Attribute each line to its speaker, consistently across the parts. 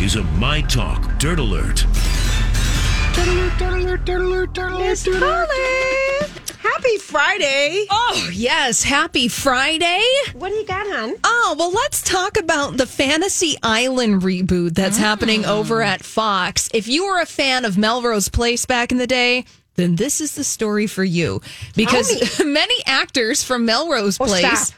Speaker 1: is a My Talk Dirt Alert.
Speaker 2: Miss Polly. Happy Friday.
Speaker 3: Oh, yes. Happy Friday.
Speaker 2: What do you got, hon?
Speaker 3: Oh, well, let's talk about the Fantasy Island reboot that's happening
Speaker 2: Mm.
Speaker 3: over at Fox. If you were a fan of Melrose Place back in the day, then this is the story for you because many actors from Melrose
Speaker 2: Oh, stop.
Speaker 3: Place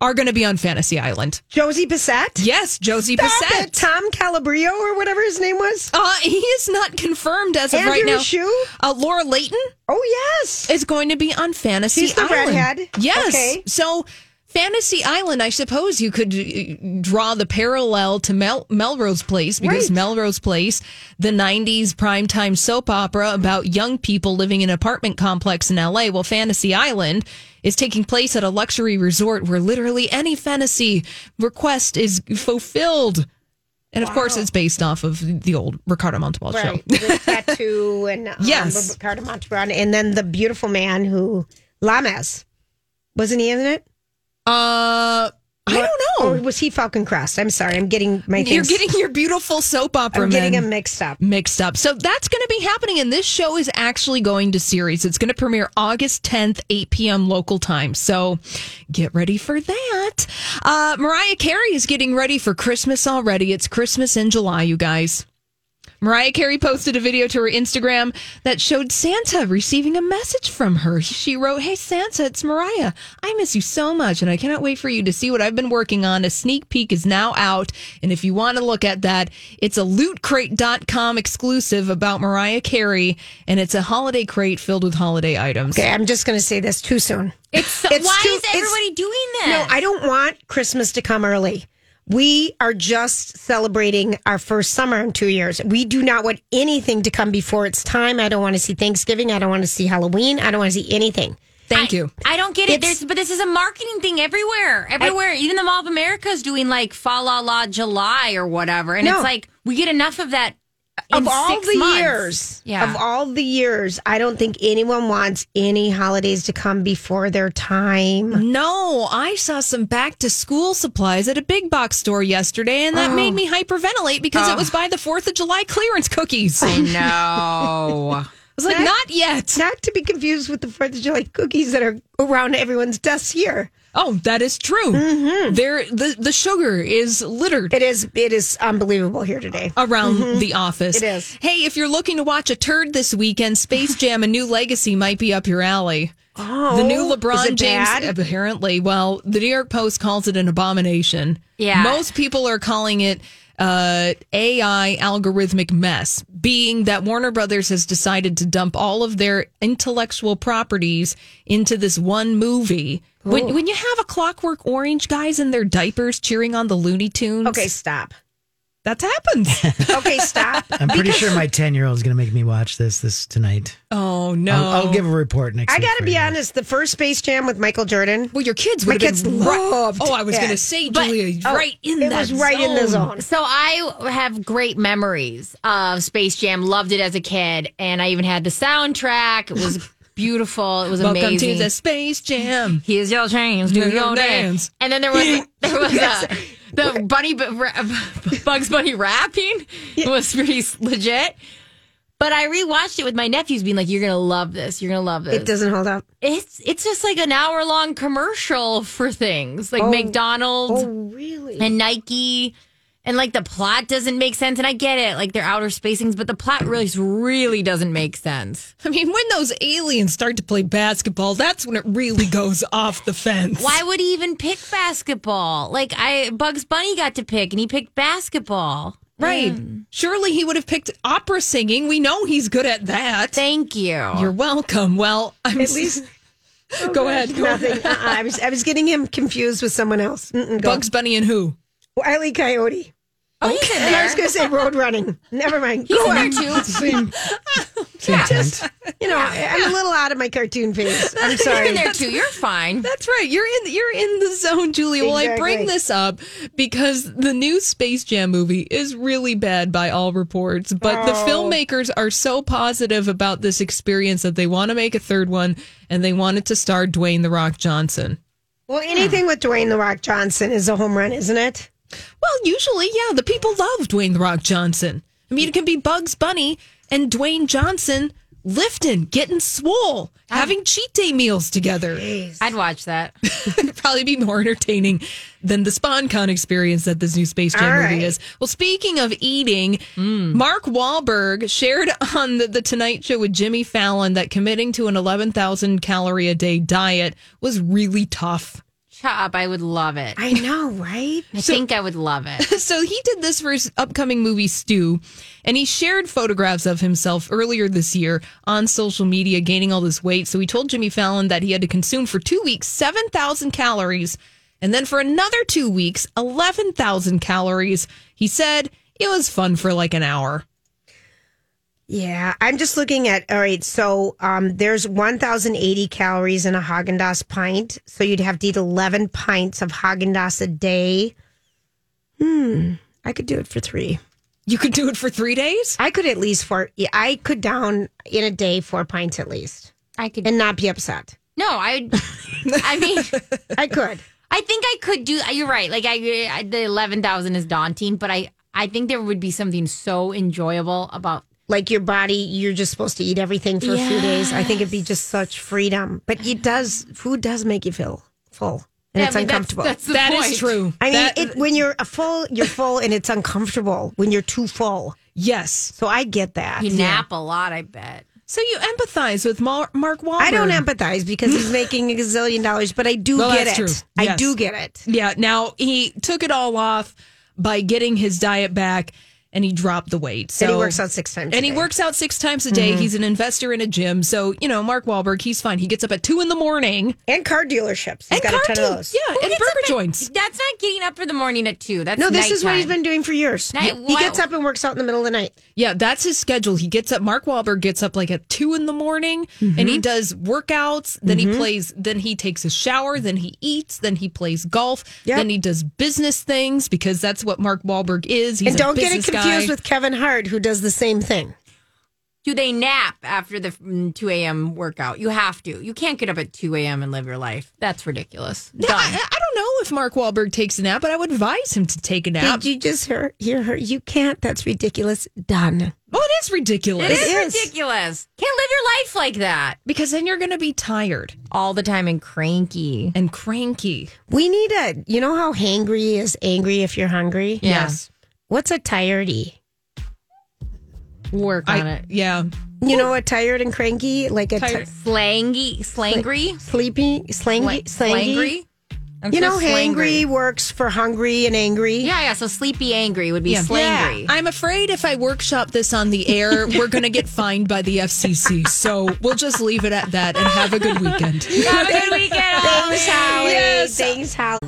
Speaker 3: are going to be on Fantasy Island.
Speaker 2: Josie Bissett?
Speaker 3: Yes, Josie
Speaker 2: Stop it.
Speaker 3: Bissett.
Speaker 2: Tom Calabrio or whatever his name was?
Speaker 3: Uh, he is not confirmed as of right
Speaker 2: Andrew
Speaker 3: now.
Speaker 2: Shue?
Speaker 3: Uh, Laura Layton
Speaker 2: Oh, yes.
Speaker 3: is going to be on Fantasy
Speaker 2: She's the
Speaker 3: Island.
Speaker 2: redhead.
Speaker 3: Yes.
Speaker 2: Okay.
Speaker 3: So Fantasy Island, I suppose you could uh, draw the parallel to Mel- Melrose Place because
Speaker 2: Right.
Speaker 3: Melrose Place, the 90s primetime soap opera about young people living in an apartment complex in LA. Well, Fantasy Island is taking place at a luxury resort where literally any fantasy request is fulfilled. And of course, it's based off of the old Ricardo Montalban show.
Speaker 2: Right. With tattoo and um,
Speaker 3: Yes.
Speaker 2: Ricardo Montalban. And then the beautiful man who, Lames. Wasn't he in it?
Speaker 3: Uh, I don't know.
Speaker 2: Or was he Falcon Crest? I'm sorry. I'm getting my
Speaker 3: You're
Speaker 2: things-
Speaker 3: getting your beautiful soap opera
Speaker 2: I'm getting
Speaker 3: men
Speaker 2: them mixed up.
Speaker 3: mixed up. So that's going to be happening, and this show is actually going to series. It's going to premiere August 10th, 8 p.m. local time. So get ready for that. Uh, Mariah Carey is getting ready for Christmas already. It's Christmas in July, you guys. Mariah Carey posted a video to her Instagram that showed Santa receiving a message from her. She wrote, Hey Santa, it's Mariah. I miss you so much and I cannot wait for you to see what I've been working on. A sneak peek is now out. And if you want to look at that, it's a lootcrate.com exclusive about Mariah Carey and it's a holiday crate filled with holiday items.
Speaker 2: Okay, I'm just going to say this too soon.
Speaker 4: It's,
Speaker 2: It's
Speaker 4: why
Speaker 2: too-
Speaker 4: is
Speaker 2: it's-
Speaker 4: everybody doing
Speaker 2: No,
Speaker 4: that?
Speaker 2: I don't want Christmas to come early. We are just celebrating our first summer in two years. We do not want anything to come before its time. I don't want to see Thanksgiving. I don't want to see Halloween. I don't want to see anything.
Speaker 3: Thank you.
Speaker 4: I don't get it.
Speaker 2: It's-
Speaker 4: There's, but this is a marketing thing everywhere. Everywhere. Even the Mall of America is doing like Fa La La July or whatever. And
Speaker 2: No.
Speaker 4: it's like, we get enough of that. In
Speaker 2: of all
Speaker 4: six
Speaker 2: the
Speaker 4: months.
Speaker 2: years,
Speaker 4: Yeah.
Speaker 2: of all the years, I don't think anyone wants any holidays to come before their time.
Speaker 3: No, I saw some back to school supplies at a big box store yesterday, and that made me hyperventilate because it was by the 4th of July clearance cookies. I
Speaker 4: no.
Speaker 3: was like, not yet.
Speaker 2: Not to be confused with the Fourth of July cookies that are around everyone's desk here.
Speaker 3: Oh, that is true. There, the the sugar is littered.
Speaker 2: It is it is unbelievable here today.
Speaker 4: Uh,
Speaker 3: Around the office.
Speaker 2: Mm-hmm. It is.
Speaker 3: Hey, if you're looking to watch a turd this weekend, Space Jam A New Legacy might be up your alley. Oh, the new
Speaker 2: is
Speaker 3: LeBron
Speaker 2: it
Speaker 3: James.
Speaker 2: bad?
Speaker 3: Apparently, well, the New York Post calls it an abomination.
Speaker 4: Yeah.
Speaker 3: Most people are calling it uh, AI algorithmic mess, being that Warner Brothers has decided to dump all of their intellectual properties into this one movie. When, when you have a Clockwork Orange guys in their diapers cheering on the Looney Tunes,
Speaker 2: Okay, stop.
Speaker 3: that happens.
Speaker 2: Okay, stop.
Speaker 5: I'm pretty sure my 10 year old is going to make me watch this this tonight.
Speaker 3: oh no!
Speaker 5: I'll, I'll give a report next
Speaker 2: I
Speaker 5: week
Speaker 2: got to
Speaker 5: for
Speaker 2: be
Speaker 5: you.
Speaker 2: honest. The first Space Jam with Michael Jordan.
Speaker 3: well, your kids
Speaker 2: My
Speaker 3: would have
Speaker 2: kids
Speaker 3: been right-
Speaker 2: loved
Speaker 3: Oh, I was
Speaker 2: it.
Speaker 3: going to say,
Speaker 4: But-
Speaker 3: Julia, right in
Speaker 2: Oh, it
Speaker 3: that
Speaker 2: was right in the zone.
Speaker 4: So I have great memories of Space Jam. Loved it as a kid, and I even had the soundtrack. It was beautiful. It was
Speaker 3: Welcome
Speaker 4: amazing.
Speaker 3: to the Space Jam.
Speaker 4: Here's your chance, do
Speaker 3: Do your
Speaker 4: your dance.
Speaker 3: dance.
Speaker 4: And then there was there was uh, the bunny bu- ra- Bugs Bunny rapping was pretty legit. But I rewatched it with my nephews, being like, "You're gonna love this. You're gonna love this."
Speaker 2: It doesn't hold up.
Speaker 4: it's it's just like an hour long commercial for things like McDonald's
Speaker 2: Oh, really?
Speaker 4: and Nike. And like the plot doesn't make sense. And I get it, like they're outer space things, but the plot really, really doesn't make sense.
Speaker 3: I mean, when those aliens start to play basketball, that's when it really goes off the fence.
Speaker 4: Why would he even pick basketball? Like I Bugs Bunny got to pick and he picked basketball.
Speaker 3: Right. Surely he would have picked opera singing. We know he's good at that.
Speaker 4: Thank you.
Speaker 3: You're welcome. Well, I'm
Speaker 2: At least
Speaker 3: go ahead. Go ahead.
Speaker 2: nothing. Uh-uh. I was I was getting him confused with someone else. Mm-mm, go.
Speaker 3: Bugs Bunny and who?
Speaker 2: Wiley Coyote.
Speaker 4: oh, he's in
Speaker 2: And I was
Speaker 4: there.
Speaker 2: going to say road running. Never mind.
Speaker 4: He's
Speaker 2: Go
Speaker 4: in
Speaker 2: on.
Speaker 4: there too.
Speaker 5: Same, same tent.
Speaker 2: You know, I- I'm a little out of my cartoon phase. I'm
Speaker 4: He's in
Speaker 2: sorry.
Speaker 4: there too. You're fine.
Speaker 3: That's right. You're in you're in the zone, Julia. Well, I bring
Speaker 2: Exactly.
Speaker 3: this up because the new Space Jam movie is really bad by all reports, but the filmmakers are so positive about this experience that they want to make a third one and they want it to star Dwayne the Rock Johnson.
Speaker 2: Well, anything with Dwayne the Rock Johnson is a home run, isn't it?
Speaker 3: Well, usually, yeah, the people love Dwayne the Rock Johnson. I mean, it can be Bugs Bunny and Dwayne Johnson lifting, getting swole, having cheat day meals together.
Speaker 4: I'd watch that.
Speaker 3: It'd probably be more entertaining than the SpawnCon experience that this new Space Jam
Speaker 2: All
Speaker 3: movie
Speaker 2: right.
Speaker 3: is. Well, speaking of eating, Mark Wahlberg shared on the, the Tonight Show with Jimmy Fallon that committing to an 11,000 calorie a day diet was really tough.
Speaker 4: Chop, I would love it. I
Speaker 2: I know, right?
Speaker 4: think I would love it.
Speaker 3: So he did this for his upcoming movie Stew, and he shared photographs of himself earlier this year on social media, gaining all this weight. So he told Jimmy Fallon that he had to consume for two weeks seven thousand calories, and then for another two weeks eleven thousand calories. He said it was fun for like an hour.
Speaker 2: Yeah, I'm just looking at. All right, so um, there's 1,080 calories in a Haagen Dazs pint, so you'd have to eat 11 pints of Haagen Dazs a day. Hmm, I could do it for three.
Speaker 3: You could do it for three days.
Speaker 2: I could at least four. yeah, I could down in a day four pints at least,
Speaker 4: I could.
Speaker 2: and not be upset.
Speaker 4: No, I. I mean,
Speaker 2: I could.
Speaker 4: I think I could do. You're right. Like I, I the eleven thousand is daunting, but I, I think there would be something so enjoyable about.
Speaker 2: like your body, you're just supposed to eat everything for a few days. I think it'd be just such freedom. But it does, food does make you feel full and it's
Speaker 4: I mean, that's-
Speaker 2: uncomfortable.
Speaker 4: That's, the
Speaker 3: That is
Speaker 4: point.
Speaker 3: true.
Speaker 2: I mean,
Speaker 3: That-
Speaker 2: it, when you're a full, you're full and it's uncomfortable when you're too full.
Speaker 3: yes.
Speaker 2: So I get that.
Speaker 4: You nap a lot, I bet.
Speaker 3: So you empathize with Mar- Mark Wahlberg.
Speaker 2: I don't empathize because he's making a gazillion dollars, but I do
Speaker 3: Well,
Speaker 2: get it.
Speaker 3: that's true.
Speaker 2: I
Speaker 3: Yes.
Speaker 2: do get it.
Speaker 3: Yeah. Now he took it all off by getting his diet back and he dropped the weight. So
Speaker 2: and he works out six times.
Speaker 3: And
Speaker 2: a
Speaker 3: he
Speaker 2: day. Mm-hmm.
Speaker 3: works out six times a day. He's an investor in a gym. So, you know, Mark Wahlberg, he's fine. He gets up at two in the morning.
Speaker 2: and car dealerships. He's
Speaker 3: and
Speaker 2: got
Speaker 3: car
Speaker 2: a ton
Speaker 3: deal-
Speaker 2: of those.
Speaker 3: Yeah, and
Speaker 4: gets up
Speaker 3: burger
Speaker 4: at-
Speaker 3: joints.
Speaker 4: That's not getting up for the morning at two. That's
Speaker 2: No, this is what he's
Speaker 4: nighttime.
Speaker 2: been doing for years.
Speaker 4: Night-
Speaker 2: he gets
Speaker 4: wow.
Speaker 2: up and works out in the middle of the night.
Speaker 3: Yeah, that's his schedule. He gets up, Mark Wahlberg gets up like at two in the morning and
Speaker 2: Mm-hmm.
Speaker 3: he does workouts. Then he plays, then he takes a shower, then he eats, then he plays golf,
Speaker 2: Yep.
Speaker 3: then he does business things because that's what Mark Wahlberg is. He's
Speaker 2: And
Speaker 3: a
Speaker 2: don't get it
Speaker 3: business
Speaker 2: confused
Speaker 3: guy.
Speaker 2: with Kevin Hart, who does the same thing.
Speaker 4: Do they nap after the mm, two a.m. workout? You have to. You can't get up at two a.m. and live your life. That's ridiculous.
Speaker 3: Yeah, I,
Speaker 4: Done.
Speaker 3: I don't know if Mark Wahlberg takes a nap, but I would advise him to take a nap.
Speaker 2: Did you just hear, hear her? You can't. That's ridiculous. Done.
Speaker 3: oh, it is ridiculous.
Speaker 4: It
Speaker 2: is.
Speaker 4: is, ridiculous. Can't live your life like that
Speaker 3: Because then you're going to be tired
Speaker 4: all the time and cranky.
Speaker 3: and cranky.
Speaker 2: We need a, you know how hangry is angry if you're hungry?
Speaker 4: Yeah.
Speaker 2: What's a E? tiredy?
Speaker 4: Work on
Speaker 3: I,
Speaker 4: it.
Speaker 3: yeah.
Speaker 2: You know, a tired and cranky, like a ti-
Speaker 3: Tired.
Speaker 4: Slangy, slangry,
Speaker 2: sleepy, slangy, slangy.
Speaker 4: slangry. I'm
Speaker 2: You
Speaker 4: so
Speaker 2: know, hangry works for hungry and angry.
Speaker 4: Yeah, yeah. So sleepy, angry would be slangry.
Speaker 3: I'm afraid if I workshop this on the air, we're going to get fined by the FCC. So we'll just leave it at that and have a good weekend.
Speaker 4: Have a good weekend. all.
Speaker 2: Thanks, Howie. Thanks, Howie.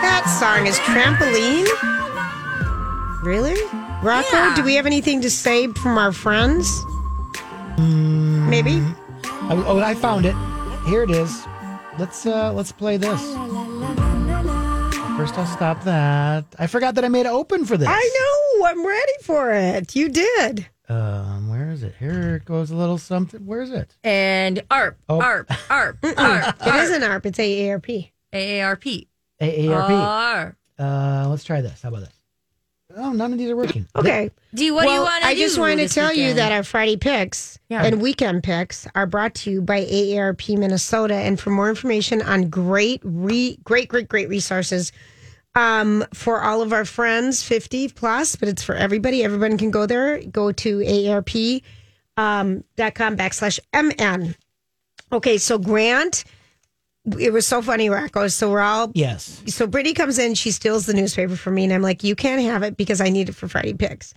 Speaker 2: That song is Trampoline. Really? Rocco,
Speaker 4: Yeah.
Speaker 2: do we have anything to say from our friends? Maybe.
Speaker 5: Oh, oh, I found it. Here it is. Let's uh let's play this. First, I'll stop that. I forgot that I made it open for this.
Speaker 2: I know. I'm ready for it. You did.
Speaker 5: Um, where is it? Here it goes a little something. Where is it?
Speaker 4: And ARP,
Speaker 5: Oh.
Speaker 4: ARP, ARP, ARP,
Speaker 2: It is an ARP. It's AARP.
Speaker 4: AARP.
Speaker 5: AARP.
Speaker 4: ARP.
Speaker 5: Uh, let's try this. How about this? Oh, none of these are working.
Speaker 2: Okay.
Speaker 4: Do you, what do you
Speaker 2: well,
Speaker 4: want to
Speaker 2: I just wanted to tell you that our Friday picks and weekend picks are brought to you by AARP Minnesota. And for more information on great, re, great, great, great resources um, for all of our friends, 50 plus, but it's for everybody. Everyone can go there. Go to AARP.com um, dot com backslash MN. Okay, so Grant, it was so funny, Rocco. So we're all
Speaker 5: Yes.
Speaker 2: so Brittany comes in, she steals the newspaper from me, and I'm like, "You can't have it because I need it for Friday picks."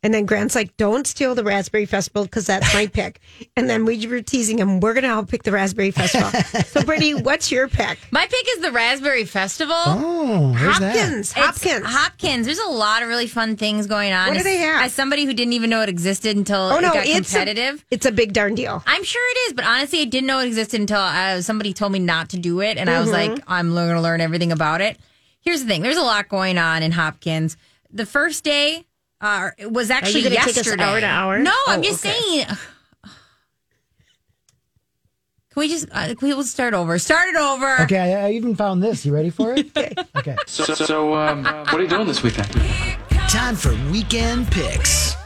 Speaker 2: And then Grant's like, "Don't steal the Raspberry Festival because that's my pick." And then we were teasing him, "We're gonna all pick the Raspberry Festival." so Brittany, what's your pick?
Speaker 4: My pick is the Raspberry Festival.
Speaker 5: Oh, where's that?
Speaker 2: Hopkins, Hopkins.
Speaker 4: It's Hopkins. There's a lot of really fun things going on.
Speaker 2: What do
Speaker 4: As-
Speaker 2: they have?
Speaker 4: As somebody who didn't even know it existed until
Speaker 2: oh no,
Speaker 4: it got
Speaker 2: it's
Speaker 4: competitive.
Speaker 2: A, it's a big darn deal.
Speaker 4: I'm sure it is, but honestly, I didn't know it existed until uh, somebody told me not to do it, and I was like,
Speaker 2: Mm-hmm.
Speaker 4: I'm going to learn everything about it. Here's the thing: there's a lot going on in Hopkins. The first day uh, it was actually
Speaker 2: gonna take us Oh,
Speaker 4: yesterday.
Speaker 2: hour to hour?
Speaker 4: No,
Speaker 2: Oh,
Speaker 4: I'm just
Speaker 2: okay.
Speaker 4: saying. Can
Speaker 6: Can we just uh, we will start over. Start it over.
Speaker 5: Okay, I, I even found this. You ready for it? okay. Okay.
Speaker 7: So, so, so um, what are you doing this weekend?
Speaker 8: Time for weekend picks.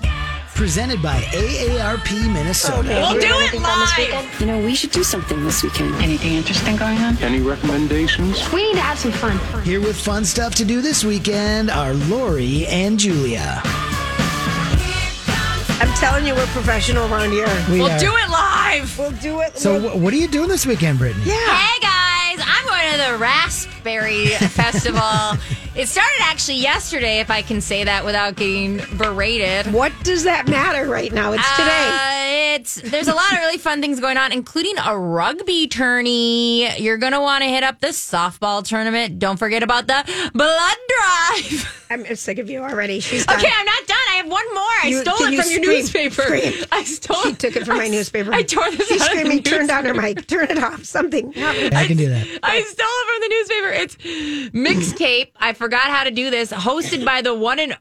Speaker 8: Presented by AARP Minnesota.
Speaker 3: We'll do it live.
Speaker 9: You know, we should do something this weekend.
Speaker 4: Anything interesting going on?
Speaker 7: Any recommendations?
Speaker 10: We need to have some fun.
Speaker 8: Here with fun stuff to do this weekend are Lori and Julia.
Speaker 2: I'm telling you, we're professional around here.
Speaker 5: We
Speaker 3: We'll
Speaker 5: are-
Speaker 3: do it live.
Speaker 2: We'll do it.
Speaker 5: So, wh- what are you doing this weekend, Brittany? Yeah.
Speaker 4: Hey guys, I'm going to the Raspberry Festival. It started actually yesterday, if I can say that without getting berated.
Speaker 2: what does that matter right now? It's today.
Speaker 4: Uh, it's there's a lot of really fun things going on, including a rugby tourney. You're gonna want to hit up the softball tournament. Don't forget about the blood drive.
Speaker 2: I'm sick of you already. She's done.
Speaker 4: Okay, I'm not done. I have one more. I
Speaker 2: You-
Speaker 4: stole
Speaker 2: can
Speaker 4: it
Speaker 2: you
Speaker 4: from your
Speaker 2: scream?
Speaker 4: newspaper.
Speaker 2: Scream.
Speaker 4: I stole.
Speaker 2: She took it from
Speaker 4: I
Speaker 2: my
Speaker 4: s-
Speaker 2: newspaper.
Speaker 4: I tore this.
Speaker 2: She's
Speaker 4: out of the
Speaker 2: screaming, turn down her
Speaker 4: newspaper.
Speaker 2: mic, turn it off, something.
Speaker 5: I can do that.
Speaker 4: I stole it from the newspaper. It's mixtape. I forgot how to do this. Hosted by the one and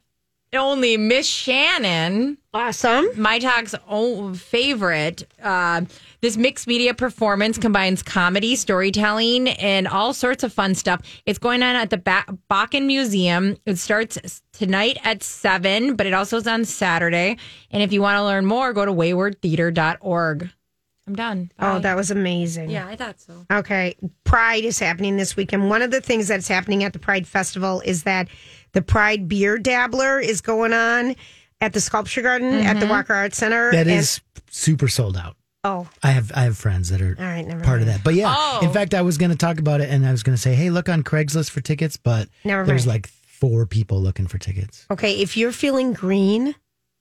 Speaker 4: only Miss Shannon.
Speaker 2: Awesome.
Speaker 4: My Talk's own favorite. Uh, this mixed media performance combines comedy, storytelling, and all sorts of fun stuff. It's going on at the ba- Bakken Museum. It starts tonight at 7, but it also is on Saturday. And if you want to learn more, go to waywardtheater.org. I'm done.
Speaker 2: Oh,
Speaker 4: Bye.
Speaker 2: that was amazing.
Speaker 4: yeah, I thought so.
Speaker 2: Okay. Pride is happening this weekend. One of the things that's happening at the Pride Festival is that the Pride Beer Dabbler is going on at the Sculpture Garden at
Speaker 4: Mm-hmm.
Speaker 2: the Walker Arts Center.
Speaker 5: That
Speaker 2: And-
Speaker 5: is super sold out.
Speaker 2: Oh,
Speaker 5: I have I have friends that are
Speaker 2: all right. Never
Speaker 5: part of
Speaker 2: mind.
Speaker 5: that. But yeah,
Speaker 4: Oh.
Speaker 5: in fact, I was going to talk about it, and I was going to say, hey, look on Craigslist for tickets, but
Speaker 2: Never
Speaker 5: there's
Speaker 2: mind.
Speaker 5: like four people looking for tickets.
Speaker 2: Okay. If you're feeling green,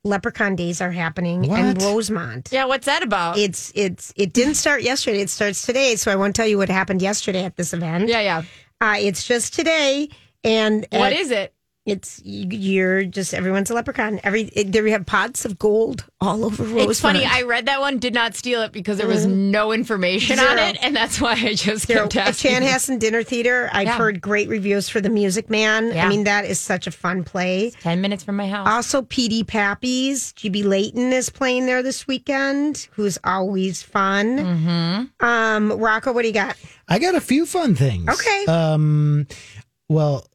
Speaker 2: Leprechaun Days are happening in
Speaker 5: What?
Speaker 2: Rosemont.
Speaker 4: Yeah, what's that about?
Speaker 2: It's it's it didn't start yesterday. It starts today, so I won't tell you what happened yesterday at this event.
Speaker 4: yeah, yeah.
Speaker 2: Uh, it's just today, and
Speaker 4: What
Speaker 2: uh,
Speaker 4: is it?
Speaker 2: It's you're just everyone's a leprechaun. Every there we have pots of gold all over Rosemont.
Speaker 4: It's funny. I read that one, did not steal it because there was
Speaker 5: Mm-hmm.
Speaker 4: no information on
Speaker 2: Zero.
Speaker 4: it, and that's why I just
Speaker 2: There-
Speaker 4: kept
Speaker 2: at
Speaker 4: asking.
Speaker 2: Chanhassen Dinner Theater, I've
Speaker 4: Yeah.
Speaker 2: heard great reviews for The Music Man. I
Speaker 4: Yeah.
Speaker 2: mean, that is such a fun play.
Speaker 4: Ten minutes from my house.
Speaker 2: Also, PD Pappy's GB Layton is playing there this weekend, who's always fun.
Speaker 4: Mm-hmm.
Speaker 2: Um, Rocco, what do you got?
Speaker 5: I got a few fun things.
Speaker 2: Okay.
Speaker 5: Um, well,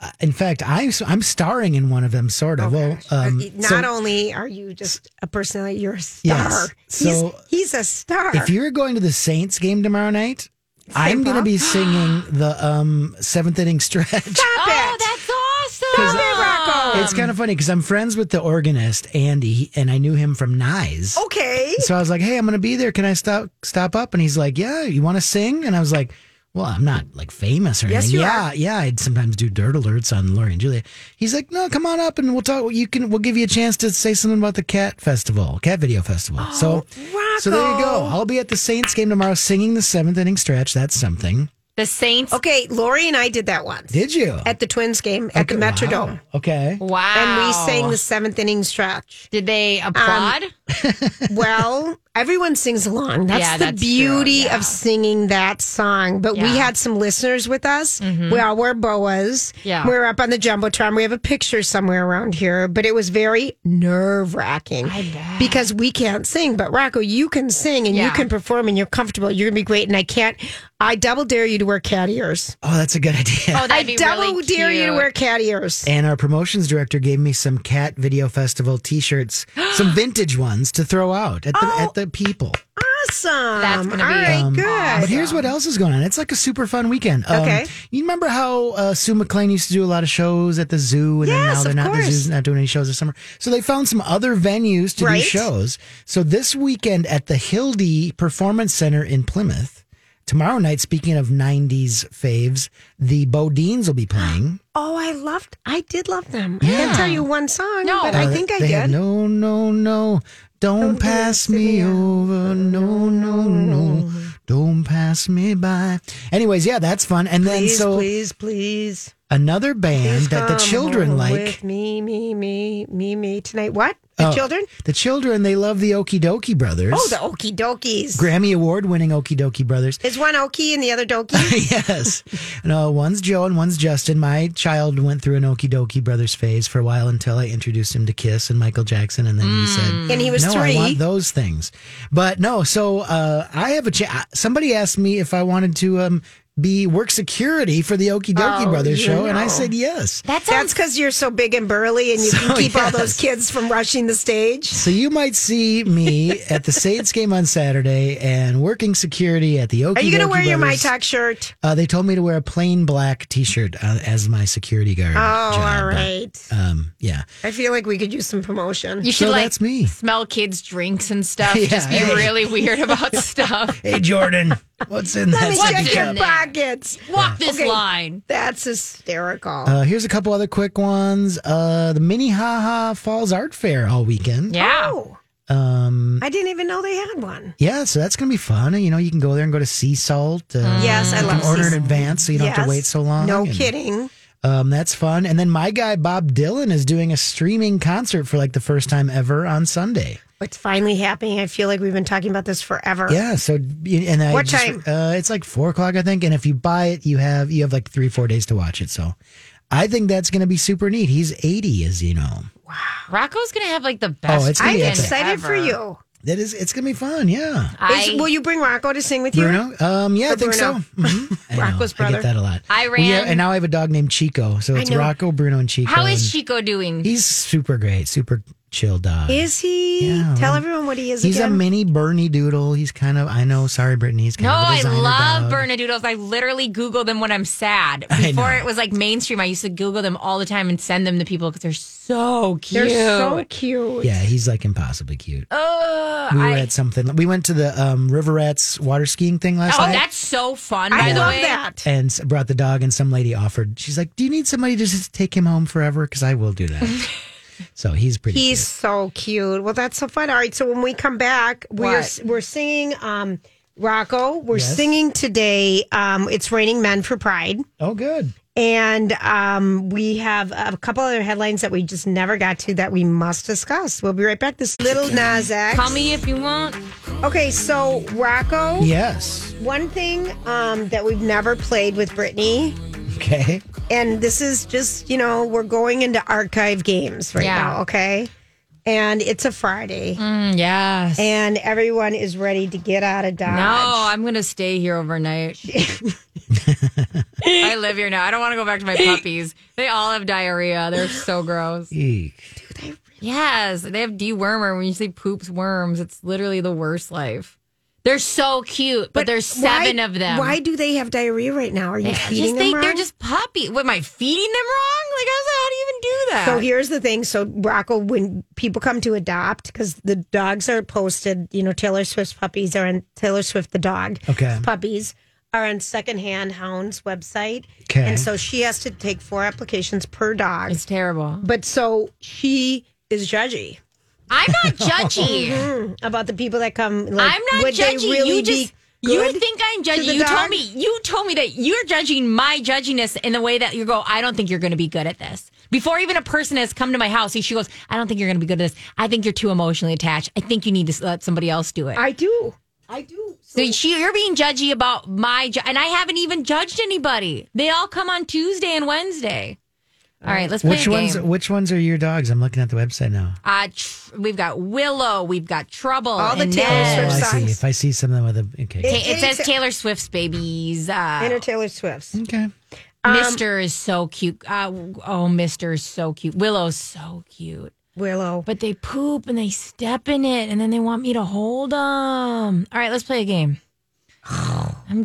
Speaker 5: uh, in fact, I I'm starring in one of them, sort
Speaker 2: Oh,
Speaker 5: of. well, um,
Speaker 2: Uh, Not
Speaker 5: so
Speaker 2: only are you just a personality, you're a star.
Speaker 5: Yes. So-
Speaker 2: he's, he's a star.
Speaker 5: if you're going to the Saints game tomorrow night, I'm going to be singing the um, seventh inning stretch.
Speaker 2: Stop
Speaker 4: Oh,
Speaker 2: it.
Speaker 4: that's awesome!
Speaker 5: It's kind of funny because I'm friends with the organist Andy, and I knew him from Nyes.
Speaker 2: okay.
Speaker 5: So I was like, "Hey, I'm gonna be there. Can I stop stop up?" And he's like, "Yeah, you want to sing?" And I was like, "Well, I'm not like famous or
Speaker 2: Yes, you
Speaker 5: anything. yeah, yeah. I'd sometimes do dirt alerts on Lori and Julia." He's like, "No, come on up and we'll talk. You can. We'll give you a chance to say something about the cat festival, cat video festival." so, so there you go.
Speaker 2: Rocco.
Speaker 5: I'll be at the Saints game tomorrow, singing the seventh inning stretch. That's something.
Speaker 4: the Saints.
Speaker 5: Oh,
Speaker 2: Okay, Lori and I did that once
Speaker 5: Did you
Speaker 2: at the Twins game at the
Speaker 5: Okay,
Speaker 2: Metrodome.
Speaker 5: wow. Okay.
Speaker 4: Wow!
Speaker 2: And we sang the seventh inning stretch.
Speaker 4: Did they
Speaker 5: um,
Speaker 4: applaud?
Speaker 2: Well, everyone sings along. That's
Speaker 4: Yeah,
Speaker 2: the
Speaker 4: that's true,
Speaker 2: beauty
Speaker 4: yeah.
Speaker 2: of singing that song. But we
Speaker 4: Yeah. Mm-hmm.
Speaker 2: had some listeners with us. We all wore boas.
Speaker 4: Yeah.
Speaker 2: We were up on the Jumbotron. We have a picture somewhere around here, but it was very nerve wracking because we can't sing. But Rocco, you can sing and you
Speaker 4: Yeah.
Speaker 2: can perform and you're comfortable. You're going to be great. And I can't, I double dare you to wear cat ears.
Speaker 5: Oh, that's a good idea.
Speaker 4: oh, that'd
Speaker 2: I
Speaker 4: be
Speaker 2: double
Speaker 4: really
Speaker 2: dare you to
Speaker 4: cute.
Speaker 2: wear cat ears.
Speaker 5: And our promotions director gave me some Cat Video Festival T-shirts, some vintage ones to throw out at the
Speaker 2: Oh.
Speaker 5: at the people.
Speaker 2: Awesome.
Speaker 4: That's gonna
Speaker 2: All
Speaker 4: be
Speaker 2: right, good.
Speaker 5: But here's what else is going on. It's like a super fun weekend. Um,
Speaker 2: Okay.
Speaker 5: You remember how uh, Sue McLean used to do a lot of shows at the zoo, and
Speaker 2: Yes,
Speaker 5: then
Speaker 2: of
Speaker 5: now they're not the
Speaker 2: course.
Speaker 5: zoo's not doing any shows this summer. So they found some other venues to
Speaker 2: Right.
Speaker 5: do shows. So this weekend at the Hildy Performance Center in Plymouth. Tomorrow night, speaking of '90s faves, the Bodines will be playing.
Speaker 2: Oh, I loved. I did love them. I can't tell you one song,
Speaker 4: No.
Speaker 2: but I think I
Speaker 5: They
Speaker 2: did.
Speaker 5: had, no, no, no, don't, pass me over. No, no, no, don't pass me by. Anyways, yeah, that's fun. And then
Speaker 2: please,
Speaker 5: so
Speaker 2: please, please.
Speaker 5: Another band that the
Speaker 2: Come
Speaker 5: children
Speaker 2: home
Speaker 5: like.
Speaker 2: with me, me, me, me, me tonight. What? The
Speaker 5: Oh,
Speaker 2: children?
Speaker 5: The children, they love the Okie Dokie Brothers.
Speaker 2: Oh, the Okie Dokies.
Speaker 5: Grammy Award winning Okie Dokie Brothers.
Speaker 2: Is one Okie and the other Dokie?
Speaker 5: yes. No, one's Joe and one's Justin. My child went through an Okie Dokie Brothers phase for a while until I introduced him to Kiss and Michael Jackson, and then he said,
Speaker 2: And he was
Speaker 5: no,
Speaker 2: three.
Speaker 5: I want those things." But no, so uh, I have a cha- somebody asked me if I wanted to um, be work security for the Okie Dokie
Speaker 2: Oh,
Speaker 5: Brothers
Speaker 2: you
Speaker 5: show, and I
Speaker 2: know.
Speaker 5: said yes.
Speaker 2: That That's because you're so big and burly and you
Speaker 5: So,
Speaker 2: can keep all those
Speaker 5: yes.
Speaker 2: kids from rushing the stage.
Speaker 5: So you might see me at the Sades game on Saturday and working security at the Okie.
Speaker 2: Are you going to
Speaker 5: Dokie
Speaker 2: wear your My
Speaker 5: Brothers.
Speaker 2: Talk shirt?
Speaker 5: Uh, they told me to wear a plain black T-shirt uh, as my security guard.
Speaker 2: Oh,
Speaker 5: job,
Speaker 2: all
Speaker 5: but,
Speaker 2: right.
Speaker 5: um, yeah.
Speaker 2: I feel like we could use some promotion.
Speaker 4: You should
Speaker 5: So
Speaker 4: like
Speaker 5: that's me.
Speaker 4: smell kids' drinks and stuff.
Speaker 5: Yeah,
Speaker 4: Just be
Speaker 5: hey.
Speaker 4: really weird about stuff.
Speaker 5: Hey Jordan, what's in
Speaker 2: Let
Speaker 5: that?
Speaker 2: me
Speaker 4: What's
Speaker 2: check
Speaker 4: in
Speaker 2: your
Speaker 4: there?
Speaker 2: pockets.
Speaker 4: Walk this
Speaker 2: Okay.
Speaker 4: line.
Speaker 2: That's hysterical.
Speaker 5: Uh, here's a couple other quick ones. Uh, the Minnehaha Falls Art Fair all weekend.
Speaker 4: Yeah.
Speaker 2: oh,
Speaker 5: Um,
Speaker 2: I didn't even know they had one.
Speaker 5: yeah, so that's gonna be fun. You know, you can go there and go to Sea Salt. Uh,
Speaker 2: Mm. Yes, I
Speaker 5: you
Speaker 2: love
Speaker 5: can order
Speaker 2: sea
Speaker 5: in advance, so you don't have
Speaker 2: Yes.
Speaker 5: to wait so long.
Speaker 2: No
Speaker 5: and,
Speaker 2: kidding.
Speaker 5: Um, that's fun. And then my guy Bob Dylan is doing a streaming concert for like the first time ever on Sunday.
Speaker 2: It's finally happening. I feel like we've been talking about this forever.
Speaker 5: Yeah. So and I
Speaker 2: What
Speaker 5: just-
Speaker 2: time?
Speaker 5: Uh, it's like four o'clock, I think. And if you buy it, you have you have like three four days to watch it. So I think that's going to be super neat. He's eighty, as you know.
Speaker 4: Rocco's gonna have like the best.
Speaker 5: Oh, it's gonna
Speaker 2: I'm
Speaker 5: be
Speaker 4: weekend
Speaker 5: epic.
Speaker 2: excited for
Speaker 4: ever.
Speaker 2: you.
Speaker 5: That is, it's going to be fun. Yeah.
Speaker 4: I,
Speaker 2: Is- will you bring Rocco to sing with you?
Speaker 5: Bruno. Um. Yeah,
Speaker 2: Or
Speaker 5: I think
Speaker 2: Bruno.
Speaker 5: so. Mhm. I know,
Speaker 2: Rocco's
Speaker 5: I
Speaker 2: brother.
Speaker 5: get that a lot.
Speaker 4: I
Speaker 5: Well, yeah,
Speaker 4: ran-
Speaker 5: and now I have a dog named Chico. So it's
Speaker 2: know.
Speaker 5: Rocco, Bruno, and Chico.
Speaker 4: how is
Speaker 5: and
Speaker 4: Chico doing?
Speaker 5: He's super great. Super chill dog.
Speaker 2: Is he?
Speaker 5: Yeah,
Speaker 2: Tell
Speaker 5: well,
Speaker 2: everyone what he is
Speaker 5: He's a
Speaker 2: again.
Speaker 5: mini Bernie Doodle. He's kind of. I know. Sorry, Brittany. He's kind
Speaker 4: No,
Speaker 5: of. a
Speaker 4: Oh, I
Speaker 5: designer
Speaker 4: love
Speaker 5: dog.
Speaker 4: Bernadoodles. I literally Google them when I'm sad.
Speaker 5: I
Speaker 4: Before
Speaker 5: know.
Speaker 4: it was like mainstream, I used to Google them all the time and send them to people because they're so cute.
Speaker 2: They're so cute.
Speaker 5: Yeah, he's like impossibly cute.
Speaker 4: Ugh,
Speaker 5: We were
Speaker 4: Uh, I-
Speaker 5: at something. We went to the um, River Rats water skiing thing last
Speaker 4: oh,
Speaker 5: night.
Speaker 4: that's so fun. By
Speaker 2: I
Speaker 4: the
Speaker 2: love
Speaker 4: way,
Speaker 2: that.
Speaker 5: and s- brought the dog, and some lady offered. She's like, "Do you need somebody to just take him home forever? Because I will do that." so he's pretty.
Speaker 2: He's so cute. Well, that's so fun. All right, so when we come back, we're
Speaker 4: What?
Speaker 2: we're singing um Rocco. We're
Speaker 5: Yes.
Speaker 2: singing today. Um, it's raining men for pride.
Speaker 5: cute. Oh, good.
Speaker 2: And um, we have a couple other headlines that we just never got to that we must discuss. We'll be right back. This little Nas X.
Speaker 4: call me if you want.
Speaker 2: Okay, so Rocco,
Speaker 5: Yes.
Speaker 2: one thing um, that we've never played with Brittany,
Speaker 5: Okay.
Speaker 2: and this is just, you know, we're going into archive games right
Speaker 4: Yeah.
Speaker 2: now, okay? And it's a Friday,
Speaker 4: Mm, yes.
Speaker 2: and everyone is ready to get out of Dodge.
Speaker 4: No, I'm gonna stay here overnight. I live here now. I don't want to go back to my puppies. They all have diarrhea. They're so gross.
Speaker 5: Eek.
Speaker 4: Yes, they have dewormer. When you say poops worms, it's literally the worst life. They're so cute, but, there's seven
Speaker 2: Why-
Speaker 4: of them.
Speaker 2: Why do they have diarrhea right now? Are you
Speaker 4: I
Speaker 2: feeding
Speaker 4: just
Speaker 2: them
Speaker 4: think they're
Speaker 2: wrong?
Speaker 4: just puppy. What am I feeding them wrong? Like how's that? How do you even do that?
Speaker 2: So here's the thing. So Rocco, when people come to adopt, because the dogs are posted, you know, Taylor Swift's puppies are on Taylor Swift the dog.
Speaker 5: Okay.
Speaker 2: Puppies are on secondhand hounds website.
Speaker 5: Okay.
Speaker 2: And so she has to take four applications per dog.
Speaker 4: it's terrible.
Speaker 2: But so she is judgy
Speaker 4: I'm not judgy.
Speaker 2: about the people that come. Like,
Speaker 4: I'm not
Speaker 2: would they
Speaker 4: judgy.
Speaker 2: really be
Speaker 4: you just you
Speaker 2: good
Speaker 4: think I'm
Speaker 2: to the
Speaker 4: judgy. You told
Speaker 2: dog?
Speaker 4: me you told me that you're judging my judginess in the way that you go, I don't think you're gonna be good at this. Before even a person has come to my house, she goes, I don't think you're gonna be good at this. I think you're too emotionally attached. I think you need to let somebody else do it.
Speaker 2: I do. I do.
Speaker 4: So she, you're being judgy about my, ju- and I haven't even judged anybody. They all come on Tuesday and Wednesday. All right, let's play
Speaker 5: Which
Speaker 4: a
Speaker 5: ones?
Speaker 4: game.
Speaker 5: Which ones are your dogs? I'm looking at the website now.
Speaker 4: Uh, tr- we've got Willow, we've got Trouble,
Speaker 2: All the
Speaker 4: and
Speaker 2: Taylor
Speaker 5: Oh,
Speaker 4: Ned.
Speaker 2: Swift
Speaker 5: I
Speaker 2: Swift
Speaker 5: see.
Speaker 2: songs.
Speaker 5: If I see something with a
Speaker 4: Ta-
Speaker 5: okay,
Speaker 4: It, says Taylor Swift's babies.
Speaker 2: And um,
Speaker 4: Uh,
Speaker 2: her Taylor Swift's.
Speaker 5: okay,
Speaker 4: Mister is so cute. Uh, oh, Mister is so cute. Willow's so cute.
Speaker 2: Willow.
Speaker 4: But they poop and they step in it, and then they want me to hold them. All right, let's play a game. I'm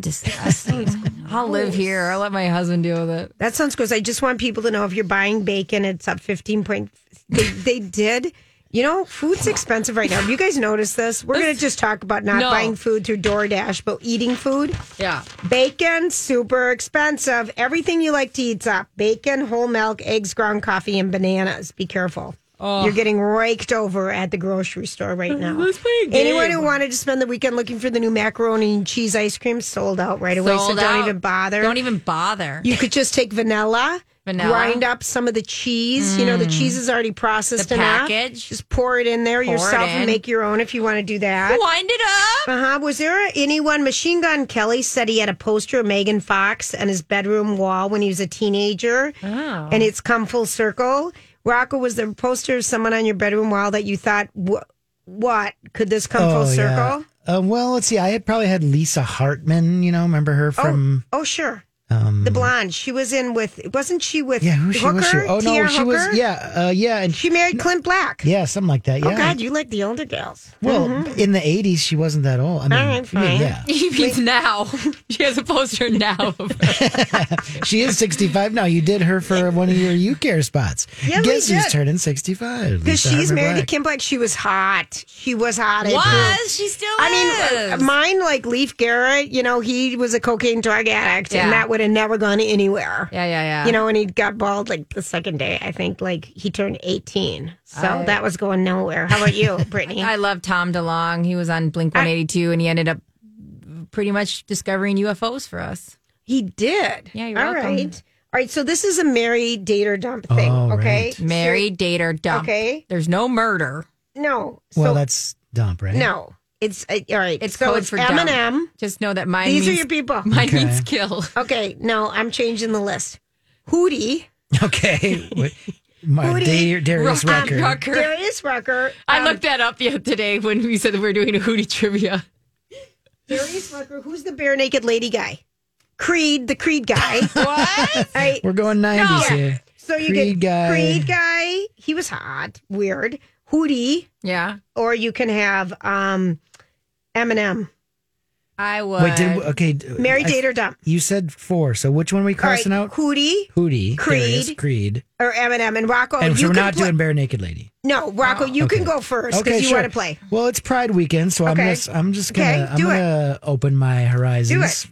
Speaker 4: disgusted. I'll live here. I'll let my husband deal with it.
Speaker 2: That sounds good. I just want people to know if you're buying bacon, it's up 15 point. They, they did. You know, food's expensive right now. Have you guys noticed this? We're going to just talk about not
Speaker 4: No.
Speaker 2: buying food through DoorDash, but eating food.
Speaker 4: Yeah.
Speaker 2: Bacon, super expensive. Everything you like to eat's up. Bacon, whole milk, eggs, ground coffee, and bananas. Be careful. You're getting raked over at the grocery store right now. Anyone who wanted to spend the weekend looking for the new macaroni and cheese ice cream sold out right away. so
Speaker 4: Sold
Speaker 2: don't
Speaker 4: out.
Speaker 2: even bother.
Speaker 4: Don't even bother.
Speaker 2: You could just take vanilla,
Speaker 4: Vanilla. Mm.
Speaker 2: grind up some of the cheese. You know, the cheese is already processed
Speaker 4: The
Speaker 2: enough.
Speaker 4: package.
Speaker 2: Just pour it in there yourself and
Speaker 4: in.
Speaker 2: make your own if you want to do that.
Speaker 4: Wind it up.
Speaker 2: Uh huh. Was there anyone? Machine Gun Kelly said he had a poster of Megan Fox on his bedroom wall when he was a teenager.
Speaker 4: Oh.
Speaker 2: And it's come full circle. Rocco, was there a poster of someone on your bedroom wall that you thought, "Wh- what? Could this come full circle?
Speaker 5: Yeah. Uh, well, let's see. I had probably had Lisa Hartman. You know, remember her from?
Speaker 2: Oh, sure. the blonde. She was in with, wasn't she with
Speaker 5: Um, Yeah, who she
Speaker 2: Hooker?
Speaker 5: was? She? Oh
Speaker 2: T.R.
Speaker 5: no, she was.
Speaker 2: Hooker?
Speaker 5: Yeah, uh, yeah, and
Speaker 2: She married Clint Black.
Speaker 5: yeah, something like that. Yeah.
Speaker 2: Oh, God, you like the older girls.
Speaker 5: Well, in the '80s, she wasn't that old. I mean,
Speaker 2: All right, fine.
Speaker 5: yeah,
Speaker 4: He means now. She has a poster now. of her.
Speaker 5: she is 65 now. You did her for one of your You Care spots.
Speaker 2: Yeah, we
Speaker 5: guess who's
Speaker 2: did.
Speaker 5: turning 65?
Speaker 2: Because
Speaker 5: Lisa
Speaker 2: she's
Speaker 5: Hartman
Speaker 2: married to
Speaker 5: Black.
Speaker 2: Kim Black. She was hot. She was hot. April.
Speaker 4: was she still?
Speaker 2: I mean, uh,
Speaker 4: is.
Speaker 2: mine like Leaf Garrett. You know, he was a cocaine drug addict,
Speaker 4: Yeah.
Speaker 2: and that would have never gone anywhere.
Speaker 4: yeah, yeah, yeah.
Speaker 2: You know, and he got bald like the second day. I think like he turned eighteen, so that was going nowhere. How about you, Brittany?
Speaker 4: I love Tom DeLong. He was on Blink 182 and he ended up pretty much discovering UFOs for us.
Speaker 2: he did.
Speaker 4: Yeah, you're
Speaker 2: All
Speaker 4: welcome.
Speaker 2: right. All right. So this is a marry, date, or dump thing.
Speaker 5: Oh,
Speaker 2: okay.
Speaker 4: Marry, date, or dump.
Speaker 2: Okay.
Speaker 4: There's no murder.
Speaker 2: No. So
Speaker 5: Well, that's dump, right?
Speaker 2: no. It's uh, all right.
Speaker 4: It's
Speaker 2: so
Speaker 4: code
Speaker 2: it's
Speaker 4: for dump.
Speaker 2: Eminem.
Speaker 4: Just know that mine
Speaker 2: These are
Speaker 4: means,
Speaker 2: your people.
Speaker 4: mine
Speaker 5: Okay.
Speaker 4: means kill.
Speaker 2: Okay. No, I'm changing the list. Hootie.
Speaker 5: Okay. Wait. My
Speaker 2: Booty.
Speaker 5: Dar- Darius
Speaker 4: Rock-
Speaker 5: Rucker.
Speaker 4: Rucker.
Speaker 2: Darius Rucker.
Speaker 4: I
Speaker 2: um,
Speaker 4: looked that up yet today when we said that we are doing a hootie trivia.
Speaker 2: Darius Rucker, who's the bare naked lady guy? Creed, the Creed guy.
Speaker 4: What?
Speaker 2: I,
Speaker 5: We're going 90s
Speaker 2: No.
Speaker 5: here.
Speaker 2: so you
Speaker 5: Creed
Speaker 2: get
Speaker 5: guy.
Speaker 2: Creed guy. He was hot, weird. Hootie,
Speaker 4: yeah.
Speaker 2: or you can have um, Eminem.
Speaker 4: I was.
Speaker 5: Wait, did, okay.
Speaker 2: Mary
Speaker 5: I-
Speaker 2: date or dump.
Speaker 5: You said four. So which one are we
Speaker 2: All right,
Speaker 5: crossing out?
Speaker 2: Hootie
Speaker 5: Hootie. Darius,
Speaker 2: Creed.
Speaker 5: Creed.
Speaker 2: or Eminem and Rocco.
Speaker 5: and so
Speaker 2: you
Speaker 5: we're
Speaker 2: can
Speaker 5: not
Speaker 2: play-
Speaker 5: doing Bare Naked Lady.
Speaker 2: No, Rocco, you
Speaker 5: Okay.
Speaker 2: can go first because
Speaker 5: Okay,
Speaker 2: you
Speaker 5: sure.
Speaker 2: want to play.
Speaker 5: Well, it's Pride Weekend, so I'm
Speaker 2: Okay.
Speaker 5: just I'm just gonna
Speaker 2: Okay,
Speaker 5: I'm
Speaker 2: do it.
Speaker 5: gonna open my horizons.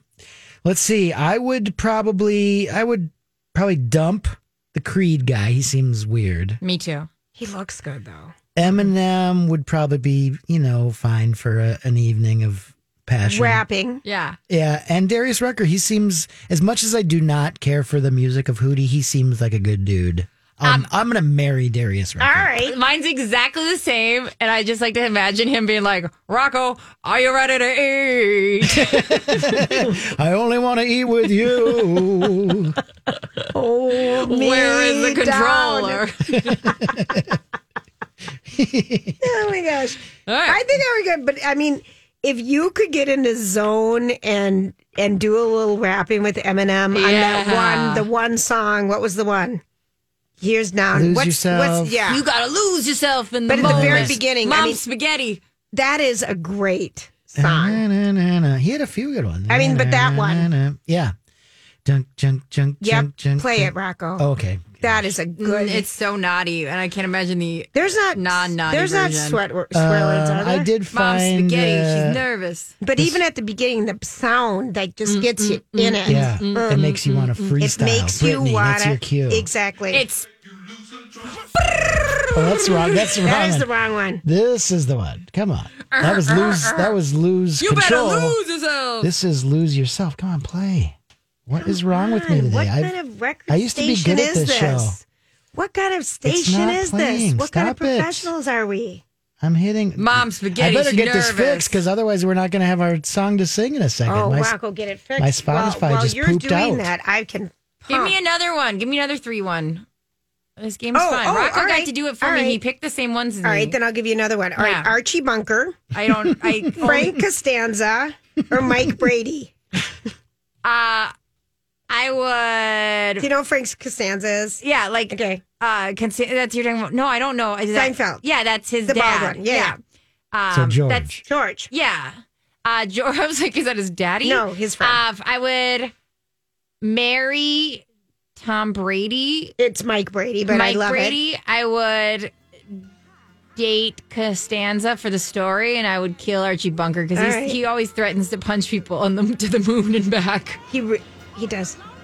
Speaker 5: Let's see. I would probably I would probably dump the Creed guy. He seems weird.
Speaker 4: Me too.
Speaker 2: He looks good though.
Speaker 5: Eminem would probably be you know fine for a, an evening of passion.
Speaker 2: Rapping.
Speaker 4: Yeah.
Speaker 5: Yeah, and Darius Rucker. He seems as much as I do not care for the music of Hootie. He seems like a good dude. Um, I'm gonna marry Darius Rucker.
Speaker 2: All right.
Speaker 4: Mine's exactly the same. And I just like to imagine him being like, Rocco, are you ready to eat?
Speaker 5: I only want to eat with you.
Speaker 2: Oh,
Speaker 4: Where is the
Speaker 2: me down.
Speaker 4: controller?
Speaker 2: Oh my gosh.
Speaker 4: All right.
Speaker 2: I think I would go, but I mean, if you could get into zone and and do a little rapping with Eminem on that
Speaker 4: Yeah.
Speaker 2: one, the one song. What was the one? Years down.
Speaker 5: Lose Yourself.
Speaker 2: yeah,
Speaker 4: You gotta lose yourself in the
Speaker 2: But at the very
Speaker 4: moment.
Speaker 2: beginning, I
Speaker 4: Mom
Speaker 2: mean-
Speaker 4: spaghetti.
Speaker 2: that is a great
Speaker 5: Uh-huh.
Speaker 2: song.
Speaker 5: Na-na-na-na. He had a few good ones.
Speaker 2: I mean, but that one.
Speaker 5: Na-na-na-na. Yeah. Junk, junk, junk,
Speaker 2: Yep,
Speaker 5: junk, junk.
Speaker 2: play
Speaker 5: junk.
Speaker 2: it, Rocco.
Speaker 5: Oh, okay.
Speaker 2: That is a good.
Speaker 4: Mm, It's so naughty, and I can't imagine the
Speaker 2: there's not
Speaker 4: non-naughty
Speaker 2: There's not
Speaker 4: version.
Speaker 2: sweat wor- swear words.
Speaker 5: Um,
Speaker 2: Are there?
Speaker 5: I did
Speaker 4: mom
Speaker 5: find.
Speaker 4: spaghetti.
Speaker 5: uh,
Speaker 4: She's nervous.
Speaker 2: but even at the beginning, the sound that just
Speaker 4: Mm,
Speaker 2: gets you in it.
Speaker 5: yeah, it makes you want to
Speaker 2: Mm, It
Speaker 5: freestyle.
Speaker 2: makes
Speaker 5: Brittany,
Speaker 2: you want
Speaker 5: That's your cue.
Speaker 2: Exactly.
Speaker 4: It's
Speaker 5: Oh, that's wrong. That's the wrong.
Speaker 2: that is
Speaker 5: one.
Speaker 2: the wrong Uh-huh. one.
Speaker 5: This is the one. Come on. That was lose. That was lose
Speaker 4: you
Speaker 5: control.
Speaker 4: better lose
Speaker 2: Oh.
Speaker 4: yourself.
Speaker 5: This is lose yourself. Come on, play. What is wrong with me
Speaker 2: God,
Speaker 5: today?
Speaker 2: What
Speaker 5: I've-
Speaker 2: kind of record
Speaker 5: I used to be
Speaker 2: station
Speaker 5: good at
Speaker 2: is
Speaker 5: this show.
Speaker 2: What kind of station
Speaker 5: not
Speaker 2: is this?
Speaker 5: playing.
Speaker 2: What kind of
Speaker 5: Stop it.
Speaker 2: professionals are we?
Speaker 5: I'm hitting.
Speaker 4: Mom spaghetti.
Speaker 5: I better
Speaker 4: she's
Speaker 5: get
Speaker 4: nervous.
Speaker 5: this fixed because otherwise we're not going to have our song to sing in a second.
Speaker 2: Oh,
Speaker 5: My-
Speaker 2: wow, go get it fixed.
Speaker 5: my Spotify
Speaker 2: while, while
Speaker 5: just
Speaker 2: you're
Speaker 5: pooped
Speaker 2: doing
Speaker 5: out.
Speaker 2: that, I can.
Speaker 4: Give
Speaker 2: pump.
Speaker 4: me another one. Give me another three one. This game's
Speaker 2: Oh,
Speaker 4: fun.
Speaker 2: oh,
Speaker 4: Rocco
Speaker 2: all
Speaker 4: got
Speaker 2: right,
Speaker 4: to do it for
Speaker 2: all
Speaker 4: me. He
Speaker 2: right.
Speaker 4: picked the same ones. as
Speaker 2: All
Speaker 4: me.
Speaker 2: right, then I'll give you another one. All right,
Speaker 4: Yeah.
Speaker 2: Archie Bunker,
Speaker 4: I don't. I
Speaker 2: Frank Costanza, or Mike Brady.
Speaker 4: Uh, I
Speaker 2: Do
Speaker 4: would.
Speaker 2: you know who Frank Costanza is?
Speaker 4: Yeah, like
Speaker 2: Okay.
Speaker 4: uh, consi- that's your talking about. No, I don't know. Is that-
Speaker 2: Seinfeld.
Speaker 4: Yeah, that's his
Speaker 2: The bald
Speaker 4: dad.
Speaker 2: one, yeah,
Speaker 4: Um,
Speaker 5: So George.
Speaker 4: That's
Speaker 2: George.
Speaker 4: Yeah. Uh, George, I was like, is that his daddy?
Speaker 2: No, his friend.
Speaker 4: Uh, I would marry Tom Brady,
Speaker 2: It's Mike Brady, but
Speaker 4: Mike
Speaker 2: I love it.
Speaker 4: Brady. I would date Costanza for the story, and I would kill Archie Bunker because
Speaker 2: All right.
Speaker 4: he always threatens to punch people on them to the moon and back.
Speaker 2: He re- he does.